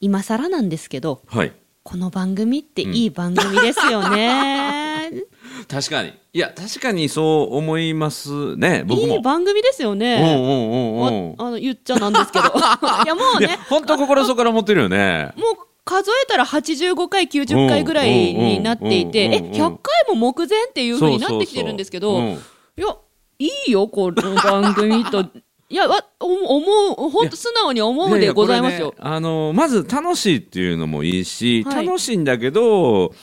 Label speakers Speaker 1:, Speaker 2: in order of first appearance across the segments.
Speaker 1: 今更なんですけど
Speaker 2: はい。
Speaker 1: この番組っていい番組ですよね、
Speaker 2: 確かに。いや、確かにそう思いますね、 僕も。
Speaker 1: いい番組ですよ
Speaker 2: うん
Speaker 1: ね、
Speaker 2: うんうんうん。
Speaker 1: ああの言っちゃなんです けどいやもう
Speaker 2: い
Speaker 1: ね
Speaker 2: や、本当心底から思ってるよね。
Speaker 1: もう数えたら85回90回ぐらいになっていて
Speaker 2: うん
Speaker 1: え
Speaker 2: うんうん
Speaker 1: 100
Speaker 2: うん
Speaker 1: 回も目前っていう風になってきてるんですけど
Speaker 2: そうそうそううん
Speaker 1: いやいいよこの番組といやわお思う本当素直に思う
Speaker 2: や
Speaker 1: で
Speaker 2: や
Speaker 1: ございますよ
Speaker 2: こ。れねあのまず楽しいっていうのもいいし、
Speaker 1: はい
Speaker 2: 楽しいんだけど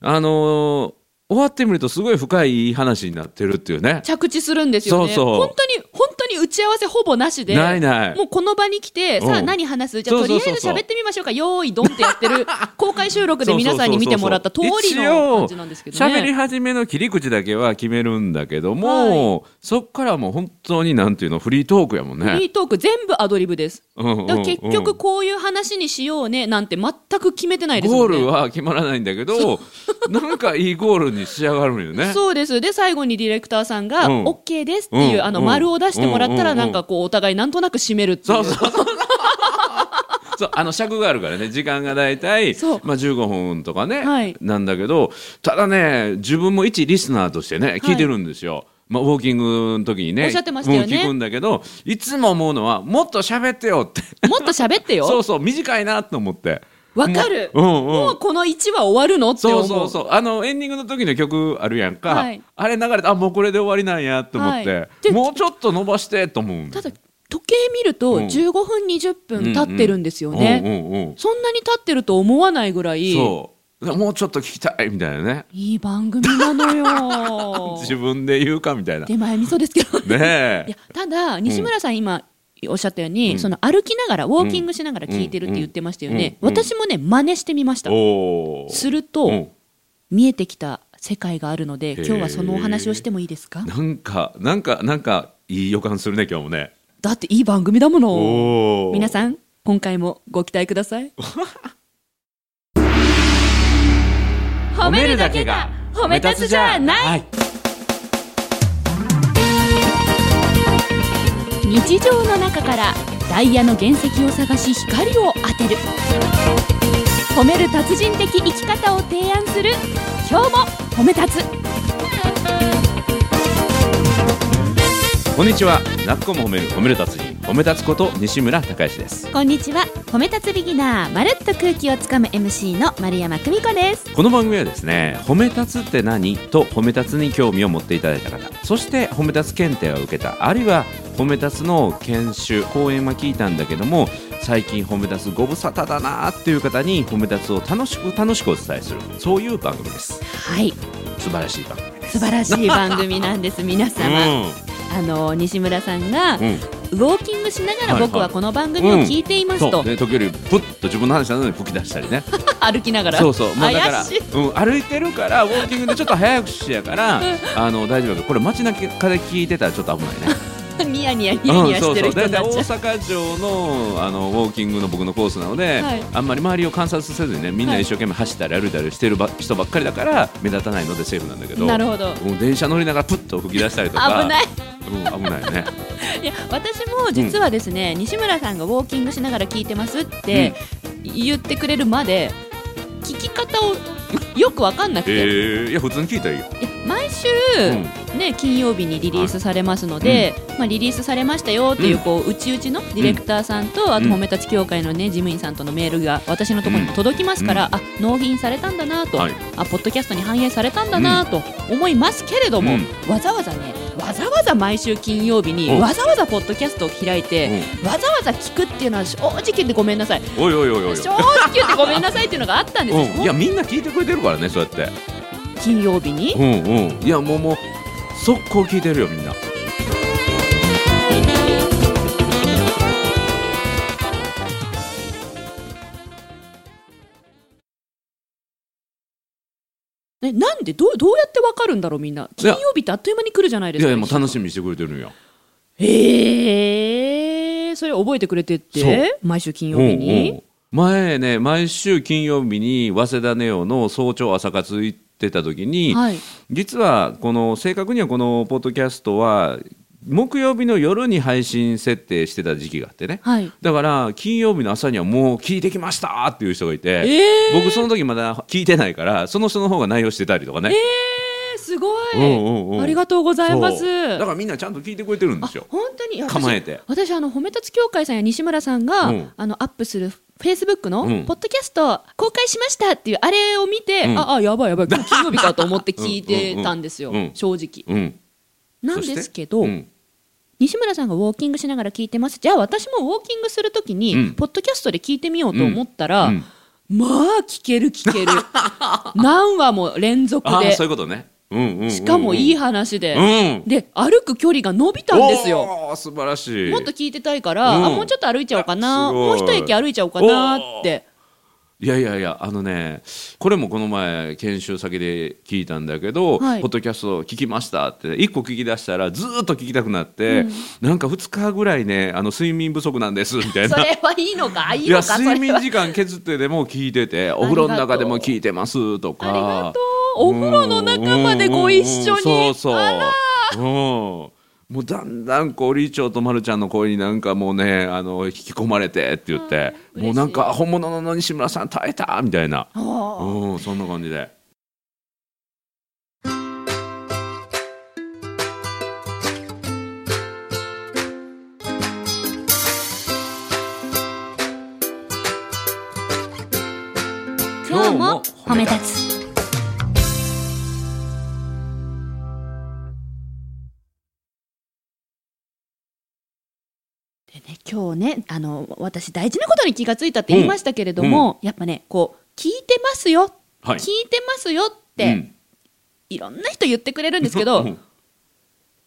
Speaker 2: あの終わってみるとすごい深い話になってるっていうね
Speaker 1: 着地するんですよね。
Speaker 2: そうそう
Speaker 1: 本当に、本当に打ち合わせほぼなしで。
Speaker 2: ないない
Speaker 1: もうこの場に来て、さあ
Speaker 2: うん
Speaker 1: 何話すじゃあ
Speaker 2: そ
Speaker 1: と
Speaker 2: う
Speaker 1: り
Speaker 2: そ
Speaker 1: あ
Speaker 2: う
Speaker 1: え
Speaker 2: そうそう
Speaker 1: ず喋ってみましょうか。用意ドンってやって る公開収録で皆さんに見てもらった通りの感じなんですけど
Speaker 2: 一応喋り
Speaker 1: ね。
Speaker 2: 始めの切り口だけは決めるんだけども、そっからはもう本当になんていうのフリートークやもん
Speaker 1: フリ
Speaker 2: ね。
Speaker 1: ートーク全部アドリブです。
Speaker 2: うんうん
Speaker 1: だから結局
Speaker 2: うん
Speaker 1: こういう話にしようねなんて全く決めてないですも
Speaker 2: ゴー
Speaker 1: んね。
Speaker 2: ルは決まらないんだけどなんかいいゴールに仕上がるよね。
Speaker 1: そうです。で、最後にディレクターさんが、
Speaker 2: うん
Speaker 1: OK ですっていう、
Speaker 2: うん
Speaker 1: あの、
Speaker 2: うん
Speaker 1: 丸を出してもらったら、
Speaker 2: うんうん
Speaker 1: な
Speaker 2: うん
Speaker 1: んかこう、お互いなんとなく締めるってい
Speaker 2: そうう。そうそう。そうあの尺があるからね時間が大体
Speaker 1: そう
Speaker 2: まあ、15分とかね、
Speaker 1: はい
Speaker 2: なんだけどただね自分も一リスナーとしてね聞いてるんですよ。まあ、ウォーキングの時にね
Speaker 1: おっしゃってましたよね
Speaker 2: うん聞くんだけどいつも思うのはもっと喋ってよって
Speaker 1: もっと喋ってよ。
Speaker 2: そうそう短いなと思って
Speaker 1: わかる、
Speaker 2: うんうん
Speaker 1: もうこの1話終わるのって思
Speaker 2: そううそうそうあのエンディングの時の曲あるやんか、
Speaker 1: はい
Speaker 2: あれ流れてあもうこれで終わりなんやと思って、
Speaker 1: はいで
Speaker 2: もうちょっと伸ばしてと思うん
Speaker 1: ただ時計見ると
Speaker 2: うん
Speaker 1: 15分20分経ってるんですよね、
Speaker 2: うんうんうん
Speaker 1: そんなに経ってると思わないぐらい
Speaker 2: そうだからもうちょっと聞きたいみたいなね
Speaker 1: いい番組なのよ
Speaker 2: 自分で言うかみたいな。ね
Speaker 1: 手前味噌ですけ どい
Speaker 2: え
Speaker 1: や。ただ西村さん今おっしゃったように、
Speaker 2: うん
Speaker 1: その歩きながらウォーキングしながら聞いてるって言ってましたよね、
Speaker 2: うんうん
Speaker 1: 私もね真似してみました
Speaker 2: おお。
Speaker 1: すると、
Speaker 2: うん
Speaker 1: 見えてきた世界があるので
Speaker 2: ー
Speaker 1: 今日はそのお話をしてもいいですか
Speaker 2: なんか、なんか、なんか、いい予感するね、今日もね。
Speaker 1: だっていい番組だもの
Speaker 2: おお。
Speaker 1: 皆さ
Speaker 2: ん。
Speaker 1: ん今回もご期待くださ い褒
Speaker 2: はい。
Speaker 1: 日常の中からダイヤの原石を探し光を当てる褒める達人的生き方を提案する今日も褒め立つ
Speaker 2: こんにちは。なっこも褒める、褒める達人、褒め立つこと西村孝之です。
Speaker 1: こんにちは褒め立つビギナーまるっと空気をつかむ MC の丸山久美子です
Speaker 2: この番組はですね、褒め立つって何と褒め立つに興味を持っていただいた方、そして褒め立つ検定を受けた、あるいは褒め立つの研修、講演は聞いたんだけども、最近褒め立つご無沙汰だなーっていう方に褒め立つを楽しく楽しくお伝えする、そういう番組です。
Speaker 1: はい
Speaker 2: 素晴らしい番組です。
Speaker 1: 素晴らしい番組なんです皆 様、あの西村さんが、
Speaker 2: うん、うん、
Speaker 1: ウォーキングしながら
Speaker 2: はいはい
Speaker 1: 僕はこの番組を聞いています
Speaker 2: そ
Speaker 1: と、
Speaker 2: う、で時折プッと自分の話なのに吹き出したりね。
Speaker 1: 歩きながら
Speaker 2: そうそう、まあだから、
Speaker 1: 怪しい
Speaker 2: うん、歩いてるからウォーキングでちょっと早口やから、あの大丈夫だけどこれ街中で聞いてたらちょっと危ないね。
Speaker 1: ニヤニヤニヤニヤしてる人
Speaker 2: うんそうそう大
Speaker 1: にな
Speaker 2: 体
Speaker 1: っちゃう,、
Speaker 2: 大阪城のあのウォーキングの僕のコースなので、
Speaker 1: はい
Speaker 2: あんまり周りを観察せずにねみんな
Speaker 1: はい
Speaker 2: 一生懸命走ったり歩いたりしてるば人ばっかりだから目立たないのでセーフなんだけど。
Speaker 1: なるほど
Speaker 2: もう電車乗りながらプッと吹き出したりとか
Speaker 1: 危ない
Speaker 2: うん、危ないね。
Speaker 1: いや私も実はですね、西村さんがウォーキングしながら聞いてますって言ってくれるまで聞き方をよくわかんなく
Speaker 2: え
Speaker 1: て、
Speaker 2: ー、いや普通に聞いたらいいよ。
Speaker 1: いや毎週、
Speaker 2: う
Speaker 1: ね、金曜日にリリースされますので、まあ、リリースされましたよっていう
Speaker 2: うん
Speaker 1: こううちうちのディレクターさんと、あと
Speaker 2: うん
Speaker 1: 褒め立ち協会の、ね、事務員さんとのメールが私のところにも届きますから、あ納品されたんだなと、
Speaker 2: はい
Speaker 1: あポッドキャストに反映されたんだなと思いますけれども、
Speaker 2: う
Speaker 1: わざわざねわざわざ毎週金曜日に
Speaker 2: うん
Speaker 1: わざわざポッドキャストを開いて、わざわざ聞くっていうのは正直言ってごめんなさい
Speaker 2: うんおいおいおいおいおい。
Speaker 1: 正直言ってごめんなさいっていうのがあったんですよ、
Speaker 2: うん、いやみんな聞いてくれてるからねそうやって。
Speaker 1: 金曜日に。
Speaker 2: うんうん、いやもうもう速攻聞いてるよみんな
Speaker 1: ね、なんでどうどうやってわかるんだろうみんない
Speaker 2: や
Speaker 1: 金曜日ってあっという間に来るじゃないで
Speaker 2: い
Speaker 1: す
Speaker 2: や
Speaker 1: か
Speaker 2: いやもう楽しみにしてくれてるんよ
Speaker 1: ええそれ覚えてくれてって毎週金曜日に、
Speaker 2: うんうん前ね毎週金曜日に早稲田ネオの早朝朝活行ってた時に、
Speaker 1: はい
Speaker 2: 実はこの正確にはこのポッドキャストは木曜日の夜に配信設定してた時期があってね、
Speaker 1: はい
Speaker 2: だから金曜日の朝にはもう聞いてきましたっていう人がいて、
Speaker 1: えー
Speaker 2: 僕その時まだ聞いてないからその人の方が内容してたりとかね、
Speaker 1: えー、すごい、
Speaker 2: うんうんうん
Speaker 1: ありがとうございます
Speaker 2: そうだからみんなちゃんと聞いてくれてるんですよ
Speaker 1: あ本当にいや私
Speaker 2: 構えて
Speaker 1: 私あの褒め立つ協会さんや西村さんが、
Speaker 2: うん
Speaker 1: あのアップするフェイスブックの、
Speaker 2: うん
Speaker 1: ポッドキャスト公開しましたっていうあれを見て、
Speaker 2: うん
Speaker 1: ああやばいやばい今日金曜日かと思って聞いてたんですよ、
Speaker 2: うんうんうんうん
Speaker 1: 正直
Speaker 2: うん
Speaker 1: なんですけど、
Speaker 2: そしてうん
Speaker 1: 西村さんがウォーキングしながら聞いてますじゃあ私もウォーキングするときに、
Speaker 2: うん
Speaker 1: ポッドキャストで聞いてみようと思ったら、
Speaker 2: うん
Speaker 1: まあ聞ける 聞ける何話も連続
Speaker 2: ああ
Speaker 1: で
Speaker 2: そういうことね、うんうんうんうん
Speaker 1: しかもいい話で、
Speaker 2: うん
Speaker 1: で歩く距離が伸びたんですよ
Speaker 2: おー素晴らしい
Speaker 1: もっと聞いてたいから、
Speaker 2: うん
Speaker 1: あもうちょっと歩いちゃおうかな
Speaker 2: あす
Speaker 1: も
Speaker 2: ご
Speaker 1: う
Speaker 2: い
Speaker 1: 一駅歩いちゃおうかなって
Speaker 2: いやいやいやあのねこれもこの前研修先で聞いたんだけど、
Speaker 1: はい
Speaker 2: ポッドキャスト聞きましたって一個聞き出したらずーっと聞きたくなって、なんか2日ぐらいねあの睡眠不足な んですみたい
Speaker 1: そ
Speaker 2: な。
Speaker 1: れはいいのかい
Speaker 2: い
Speaker 1: いの
Speaker 2: や
Speaker 1: かそれは
Speaker 2: 睡眠時間削ってでも聞いててお風呂の中でも聞いてますとか
Speaker 1: ありがとうお風呂の中までご一緒に
Speaker 2: うんうんうんそうそう
Speaker 1: あら
Speaker 2: うんもうだんだんこうリーチョウとまるちゃんの声になんかもうねあの引き込まれてって言って、
Speaker 1: うん
Speaker 2: もうなんか
Speaker 1: 嬉
Speaker 2: 本物の西村さん耐えたみたいな、
Speaker 1: あー
Speaker 2: うん、そんな感じで。
Speaker 1: 今日も褒め立つでね今日ねあの私大事なことに気がついたって言いましたけれども、やっぱねこう聞いてますよ、
Speaker 2: はい
Speaker 1: 聞いてますよって、
Speaker 2: うん
Speaker 1: いろんな人言ってくれるんですけど
Speaker 2: うん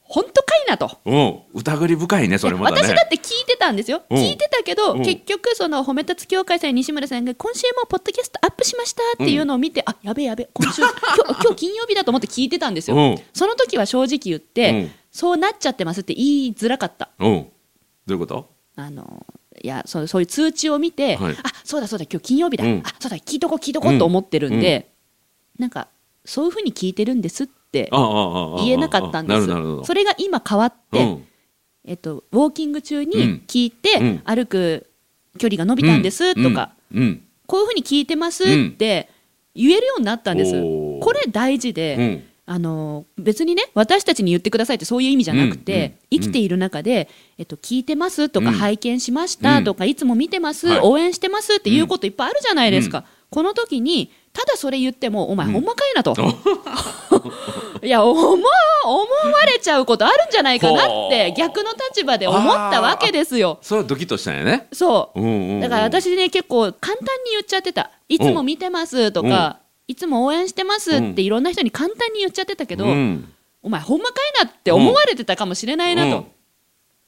Speaker 1: 本当かいなと。
Speaker 2: うん、疑り深いねそれまたね。
Speaker 1: 私だって聞いてたんですよ、
Speaker 2: うん
Speaker 1: 聞いてたけど、
Speaker 2: うん
Speaker 1: 結局その褒め立つ協会さんや西村さんが今週もポッドキャストアップしましたっていうのを見て、あやべやべ今週今 日今日金曜日だと思って聞いてたんですよ、
Speaker 2: うん
Speaker 1: その時は正直言って、
Speaker 2: うん
Speaker 1: そうなっちゃってますって言いづらかった
Speaker 2: うん、どういうこと
Speaker 1: あのいやそうそういう通知を見て、
Speaker 2: はい
Speaker 1: あそうだそうだ今日金曜日だ、
Speaker 2: うん
Speaker 1: あそうだ聞いとこ聞いとこうと思ってるんで、なんかそういうふうに聞いてるんですって
Speaker 2: ああああああ
Speaker 1: 言えなかったんです
Speaker 2: なるほどなるほど
Speaker 1: それが今変わって、
Speaker 2: うん
Speaker 1: えっと、ウォーキング中
Speaker 2: う
Speaker 1: に
Speaker 2: ん
Speaker 1: 聞いて、
Speaker 2: うん
Speaker 1: 歩く距離が伸びたんですとか、、
Speaker 2: うんうん
Speaker 1: こういうふうに聞いてますって言えるようになったんです、
Speaker 2: おー
Speaker 1: これ大事で、
Speaker 2: うん
Speaker 1: あの別にね私たちに言ってくださいってそういう意味じゃなくて、
Speaker 2: うんうん
Speaker 1: 生きている中で、えっと、聞いてますとか、
Speaker 2: うん
Speaker 1: 拝見しましたとか、いつも見てます、
Speaker 2: はい
Speaker 1: 応援してますっていうこといっぱいあるじゃないですか、この時にただそれ言ってもお前ほんまかいなと、 いや思う思われちゃうことあるんじゃないかなって
Speaker 2: ほう
Speaker 1: 逆の立場で思ったわけですよ。
Speaker 2: それはドキッとしたんやね。
Speaker 1: そう
Speaker 2: うんうんうん
Speaker 1: だから私ね結構簡単に言っちゃってたいつも見てますとか、いつも応援してますっていろんな人に簡単に言っちゃってたけど、
Speaker 2: うん
Speaker 1: お前ほんまかいなって思われてたかもしれないなと、
Speaker 2: うん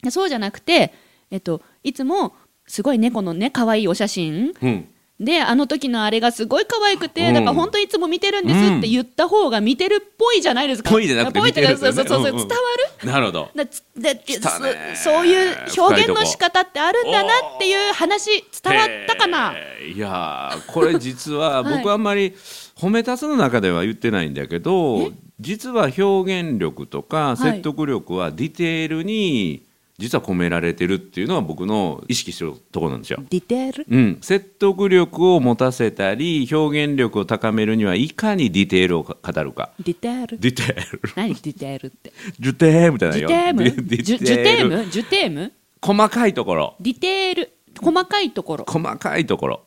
Speaker 1: でそうじゃなくて、えっと、いつもすごい猫のね可愛いお写真
Speaker 2: うん
Speaker 1: であの時のあれがすごい可愛くて、
Speaker 2: うん
Speaker 1: だから本当いつも見てるんですって言った方が見てるっぽいじゃないですか。
Speaker 2: ぽいじゃなくて
Speaker 1: ぽいって
Speaker 2: 見てるんだ
Speaker 1: そう
Speaker 2: よね
Speaker 1: そうそうそう
Speaker 2: うんうん
Speaker 1: 伝わる
Speaker 2: なるほど。
Speaker 1: だつだって
Speaker 2: 来たね
Speaker 1: そそういう表現の仕方ってあるんだなっていう話伝わったかな
Speaker 2: へーいやーこれ実は
Speaker 1: はい
Speaker 2: 僕あんまり褒めたつの中では言ってないんだけど、実は表現力と
Speaker 1: い
Speaker 2: か説得力はディテールに実は込められてるっていうのは僕の意識してるところなんですよ。
Speaker 1: ディテール
Speaker 2: うん、説得力を持たせたり表現力を高めるにはいかにディテールを語るか
Speaker 1: ディテール
Speaker 2: ディテール
Speaker 1: 何ディテールって
Speaker 2: ジュテームみたいな
Speaker 1: ジ
Speaker 2: よ
Speaker 1: ュテーム
Speaker 2: ディディ
Speaker 1: ジュジュテームジュテーム
Speaker 2: 細かいところ
Speaker 1: ディテール細かいところ
Speaker 2: 細かいところ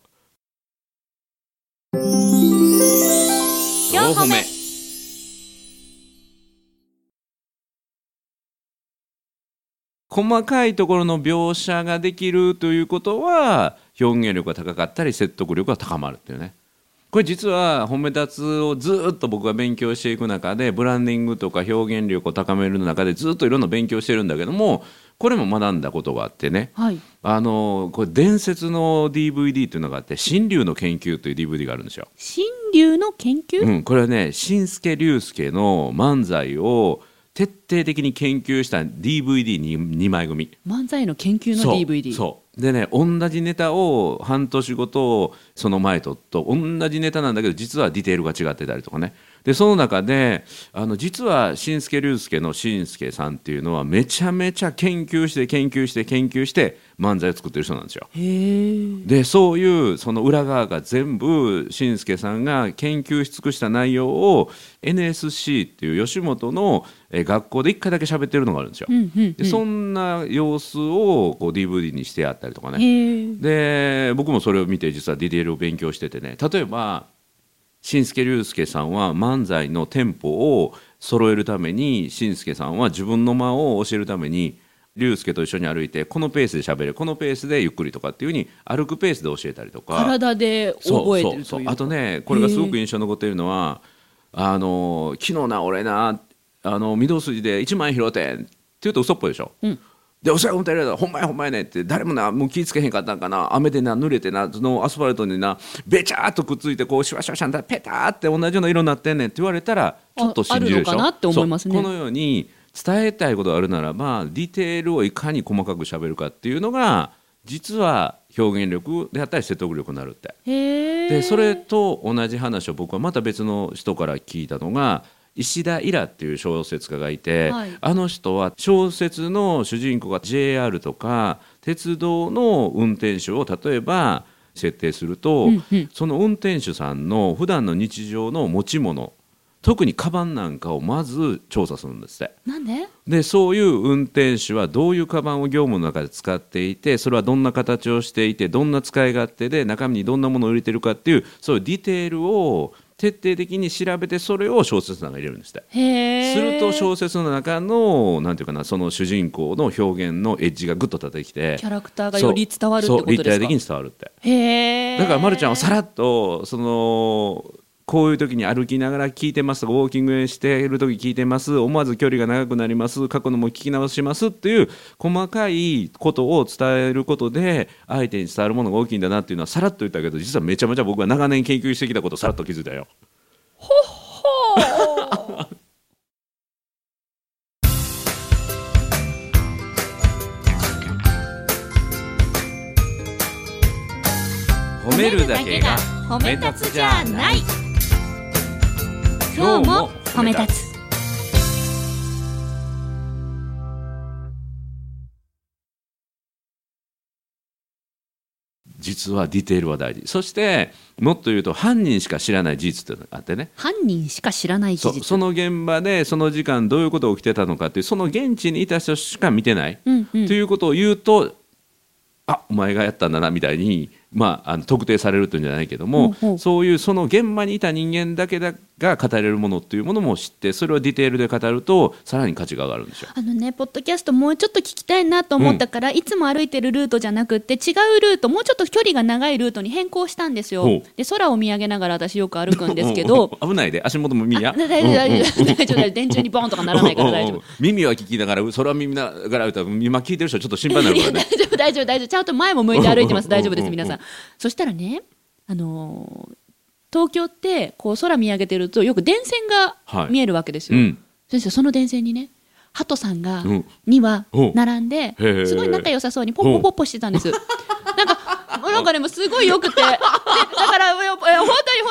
Speaker 1: 四歩目
Speaker 2: 細かいところの描写ができるということは表現力が高かったり説得力が高まるっていうねこれ実は褒め立つをずっと僕が勉強していく中でブランディングとか表現力を高めるの中でずっといろんな勉強してるんだけどもこれも学んだことがあってね
Speaker 1: はい
Speaker 2: あのこれ伝説の DVD というのがあって「新竜の研究」という DVD があるんですよ。
Speaker 1: 新流の研究、
Speaker 2: うん、これはね新助竜介の漫才を徹底的に研究した DVD2 枚組。
Speaker 1: 漫才の研究
Speaker 2: そ
Speaker 1: の
Speaker 2: う
Speaker 1: DVD
Speaker 2: そうでね同じネタを半年ごとその前とと同じネタなんだけど実はディテールが違ってたりとかねでその中であの実は新助龍介の新助さんっていうのはめちゃめちゃ研究して研究して研究して漫才を作ってる人なんですよ。でそういうその裏側が全部新助さんが研究し尽くした内容を NSC っていう吉本のえー学校で1回だけ喋ってるのがあるんですよ。
Speaker 1: うんうんうん
Speaker 2: でそんな様子をこう DVD にしてあったりとかね。
Speaker 1: へえ
Speaker 2: で僕もそれを見て実はディテールを勉強しててね例えば新助龍介さんは漫才のテンポを揃えるために新助さんは自分の間を教えるために龍介と一緒に歩いてこのペースで喋るこのペースでゆっくりとかっていうふうに歩くペースで教えたりとか
Speaker 1: 体で覚えてると
Speaker 2: そうそ
Speaker 1: い
Speaker 2: うそうあ
Speaker 1: う
Speaker 2: とねこれがすごく印象に残っているのはあの昨日な俺なあの御堂筋で1万円拾うてんって言うと嘘っぽいでしょ、でお世話思ったらほんまやほんまやねって誰もなもう気ぃつけへんかったんかな雨でな濡れてなそのアスファルトになべちゃーっとくっついてこうシュワシュワシャンタペターって同じような色になってんねんって言われたらちょっと信じるでしょ
Speaker 1: ああるのかなって思いますね
Speaker 2: そうこのように伝えたいことがあるならばディテールをいかに細かく喋るかっていうのが実は表現力であったり説得力になるって。
Speaker 1: へえ
Speaker 2: でそれと同じ話を僕はまた別の人から聞いたのが石田イラっていう小説家がいて、
Speaker 1: はい
Speaker 2: あの人は小説の主人公が JR とか鉄道の運転手を例えば設定すると、
Speaker 1: うんうん
Speaker 2: その運転手さんの普段の日常の持ち物特にカバンなんかをまず調査するんですって。
Speaker 1: なんで
Speaker 2: でそういう運転手はどういうカバンを業務の中で使っていてそれはどんな形をしていてどんな使い勝手で中身にどんなものを入れてるかっていうそういうディテールを徹底的に調べてそれを小説の中に入れるんですって。
Speaker 1: へえ
Speaker 2: すると小説の中のなんていうかなその主人公の表現のエッジがぐっと立ってきて
Speaker 1: キャラクターがより伝わるって
Speaker 2: そう
Speaker 1: こ
Speaker 2: そ
Speaker 1: とで
Speaker 2: う
Speaker 1: すか
Speaker 2: 立体的に伝わるって。
Speaker 1: へえ
Speaker 2: だからまるちゃんはさらっとそのこういう時に歩きながら聞いてますとかウォーキングしている時聞いてます思わず距離が長くなります過去のも聞き直しますっていう細かいことを伝えることで相手に伝わるものが大きいんだなっていうのはさらっと言ったけど実はめちゃめちゃ僕は長年研究してきたことをさらっと気づいたよ。褒めるだけが
Speaker 1: 褒め立つじゃない
Speaker 2: 今日も褒め立
Speaker 1: つ
Speaker 2: 実はディテールは大事そしてもっと言うと犯人しか知らない事実っていうのがあってね
Speaker 1: 犯人しか知らない事
Speaker 2: そう
Speaker 1: 実
Speaker 2: その現場でその時間どういうことが起きてたのかっていうその現地にいた人しか見てない、
Speaker 1: うんうん
Speaker 2: ということを言うとあお前がやったんだなみたいに、まあ、あの特定されるというんじゃないけども、
Speaker 1: うんうん
Speaker 2: そういうその現場にいた人間だけだが語れるものっていうものも知ってそれをディテールで語るとさらに価値が上がるんですよ。
Speaker 1: あのね、ポッドキャストもうちょっと聞きたいなと思ったから、いつも歩いてるルートじゃなくって違うルートもうちょっと距離が長いルートに変更したんですよ
Speaker 2: ほう
Speaker 1: で空を見上げながら私よく歩くんですけど
Speaker 2: 危ないで足元も 見
Speaker 1: あ
Speaker 2: や
Speaker 1: 大丈夫大丈夫大丈夫大丈夫電柱にボーンとかならないから大丈
Speaker 2: うん
Speaker 1: 夫
Speaker 2: うん耳は聞きながらそれは耳ながら歌う今聞いてる人はちょっと心配にな
Speaker 1: い
Speaker 2: るから
Speaker 1: や
Speaker 2: ね
Speaker 1: 大丈夫大丈夫大丈夫ちゃんと前も向いて歩いてま
Speaker 2: う
Speaker 1: す
Speaker 2: んうんうん
Speaker 1: 大丈夫です皆さんそしたらねあのー東京ってこう空見上げてるとよく電線
Speaker 2: は
Speaker 1: が
Speaker 2: い
Speaker 1: 見えるわけです
Speaker 2: う
Speaker 1: よ、
Speaker 2: ん
Speaker 1: 先生その電線にね鳩さんが
Speaker 2: うん
Speaker 1: 2羽
Speaker 2: ほう
Speaker 1: 並んで
Speaker 2: へえ
Speaker 1: すごい仲良さそうにポッポポッポしてたんですなんかなんかねもうすごいよくてでだからいや本当に本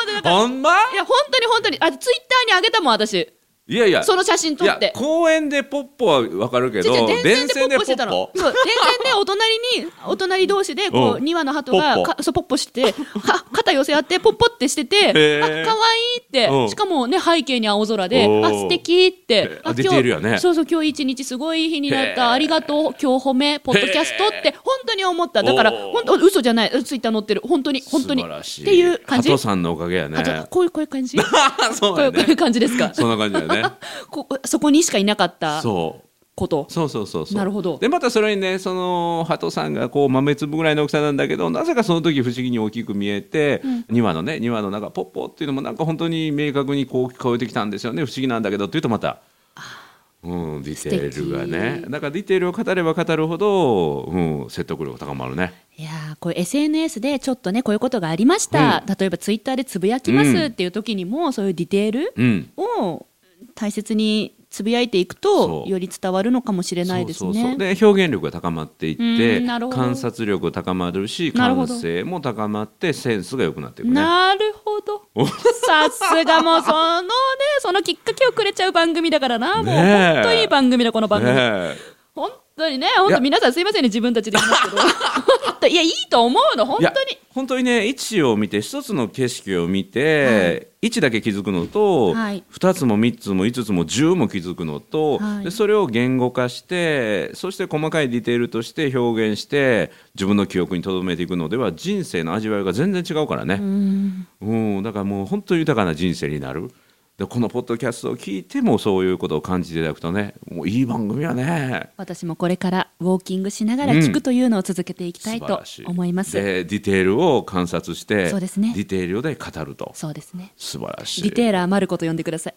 Speaker 1: 当にだから
Speaker 2: ほんま
Speaker 1: いや本当に本当にあツイッターにあげたもん私
Speaker 2: いやいや
Speaker 1: その写真撮っ
Speaker 2: いや
Speaker 1: て
Speaker 2: 公園でポッポはわかるけど
Speaker 1: 違う違う電
Speaker 2: 電
Speaker 1: 線
Speaker 2: 線
Speaker 1: で
Speaker 2: で
Speaker 1: ポッポ
Speaker 2: ポ
Speaker 1: してた
Speaker 2: ッ
Speaker 1: の
Speaker 2: ポ
Speaker 1: そう電線でお隣 にお隣同士でこ
Speaker 2: う
Speaker 1: うん2羽の鳩が
Speaker 2: ポッポ
Speaker 1: かそうポッポしてか肩寄せ合ってポッポってしてて
Speaker 2: へ
Speaker 1: あ
Speaker 2: ー
Speaker 1: 可愛いって
Speaker 2: うん
Speaker 1: しかもね背景に青空で
Speaker 2: おー
Speaker 1: あ素敵って
Speaker 2: あ出てるよね
Speaker 1: そうそう今日一日すごいいい日になっ
Speaker 2: へー
Speaker 1: たありがとう今日褒めポッドキャストって本当に思っただから
Speaker 2: おー
Speaker 1: 本当嘘じゃないツイッター載ってる本当に本当に
Speaker 2: 素晴
Speaker 1: っ
Speaker 2: らしてい
Speaker 1: いう感じ
Speaker 2: 鳩さんのおかげやね
Speaker 1: あこういうこういう感じ
Speaker 2: そう
Speaker 1: こうい
Speaker 2: だよ
Speaker 1: うこういう
Speaker 2: ね
Speaker 1: 感じですか
Speaker 2: そんな感じだよね
Speaker 1: こそこにしかいなかった
Speaker 2: そう
Speaker 1: こと
Speaker 2: そうそうそうそう
Speaker 1: なるほど
Speaker 2: でまたそれにねその鳩さんがこう豆粒ぐらいの大きさなんだけどなぜかその時不思議に大きく見えて、2羽のね2羽の中ポッポっていうのもなんか本当に明確にこう聞こえてきたんですよね不思議なんだけどっていうとまた。うん、ディテールが
Speaker 1: 素
Speaker 2: ね
Speaker 1: 敵
Speaker 2: だからディテールを語れば語るほど、うん、説得力が高まるね
Speaker 1: いやーこれ SNS でちょっとねこういうことがありました、例えばツイッターでつぶやきますっていう時にも、そういうディテール
Speaker 2: うん
Speaker 1: を大切につぶやいていくと
Speaker 2: そう
Speaker 1: より伝わるのかもしれないですね。
Speaker 2: そうそうそうで表現力が高まっていっ
Speaker 1: う
Speaker 2: て
Speaker 1: んなるほど
Speaker 2: 観察力が高まるし
Speaker 1: なるほ
Speaker 2: 感
Speaker 1: ど
Speaker 2: 性も高まってセンスが良くなっていくね。
Speaker 1: なるほどさすがもう そのねそのきっかけをくれちゃう番組だからなもう
Speaker 2: ねえ
Speaker 1: 本当いい番組だこの番組、
Speaker 2: ね
Speaker 1: 本当にね本当皆さんすいませんね自分たちで言います けど本当いやいいと思うの本
Speaker 2: いや
Speaker 1: 当に
Speaker 2: 本当にね位置を見て一つの景色を見て、位置だけ気づくのと、
Speaker 1: はい
Speaker 2: 2つも3つも5つも10も気づくのと、
Speaker 1: はい
Speaker 2: でそれを言語化してそして細かいディテールとして表現して自分の記憶に留めていくのでは人生の味わいが全然違うからね。
Speaker 1: うん
Speaker 2: うん、だからもう本当に豊かな人生になる。でこのポッドキャストを聞いてもそういうことを感じていただくとねもういい番組やね
Speaker 1: 私もこれからウォーキングしながら聞くというのを続けていきたいと思います、
Speaker 2: でディテールを観察して
Speaker 1: そうですね
Speaker 2: ディテールで語ると
Speaker 1: そうですね
Speaker 2: 素晴らしい
Speaker 1: ディテーラーマルコと呼んでください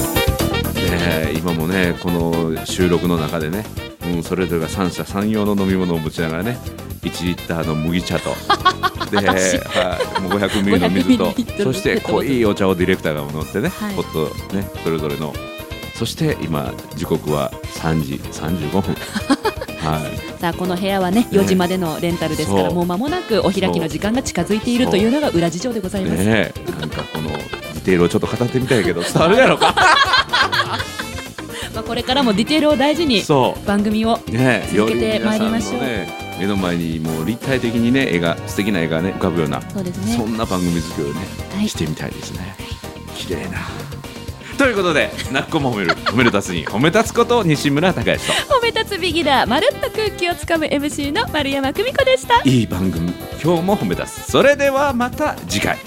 Speaker 2: ね今もねこの収録の中でね、うん、それぞれが三者三様の飲み物を持ちながらね1リッターの麦茶 とで、はい、もう500ミリの水と
Speaker 1: 500ミリリットル
Speaker 2: そして濃いお茶をディレクターが飲んでね、
Speaker 1: はい
Speaker 2: ほっとねそれぞれのそして今時刻は3時35分 はい
Speaker 1: さあこの部屋はね4時までのレンタルですから、
Speaker 2: そう
Speaker 1: もう間もなくお開きの時間が近づいているというのが裏事情でございます、
Speaker 2: ねえなんかこのディテールをちょっと語ってみたいけど伝わるやろか
Speaker 1: まあ、これからもディテールを大事に
Speaker 2: そう
Speaker 1: 番組を
Speaker 2: ね、
Speaker 1: 続けてまいりましょう
Speaker 2: よ皆さんのね目の前にもう立体的にね絵が素敵な絵がね浮かぶような
Speaker 1: そうですね
Speaker 2: そんな番組作りをね、
Speaker 1: はい
Speaker 2: してみたいですね綺麗なということで「なっこも褒 める褒めるたすに褒めたつこと西村孝之と
Speaker 1: 褒め立つビギナーまるっと空気をつかむ MC の丸山久美子でした
Speaker 2: いい番組今日も褒めたつそれではまた次回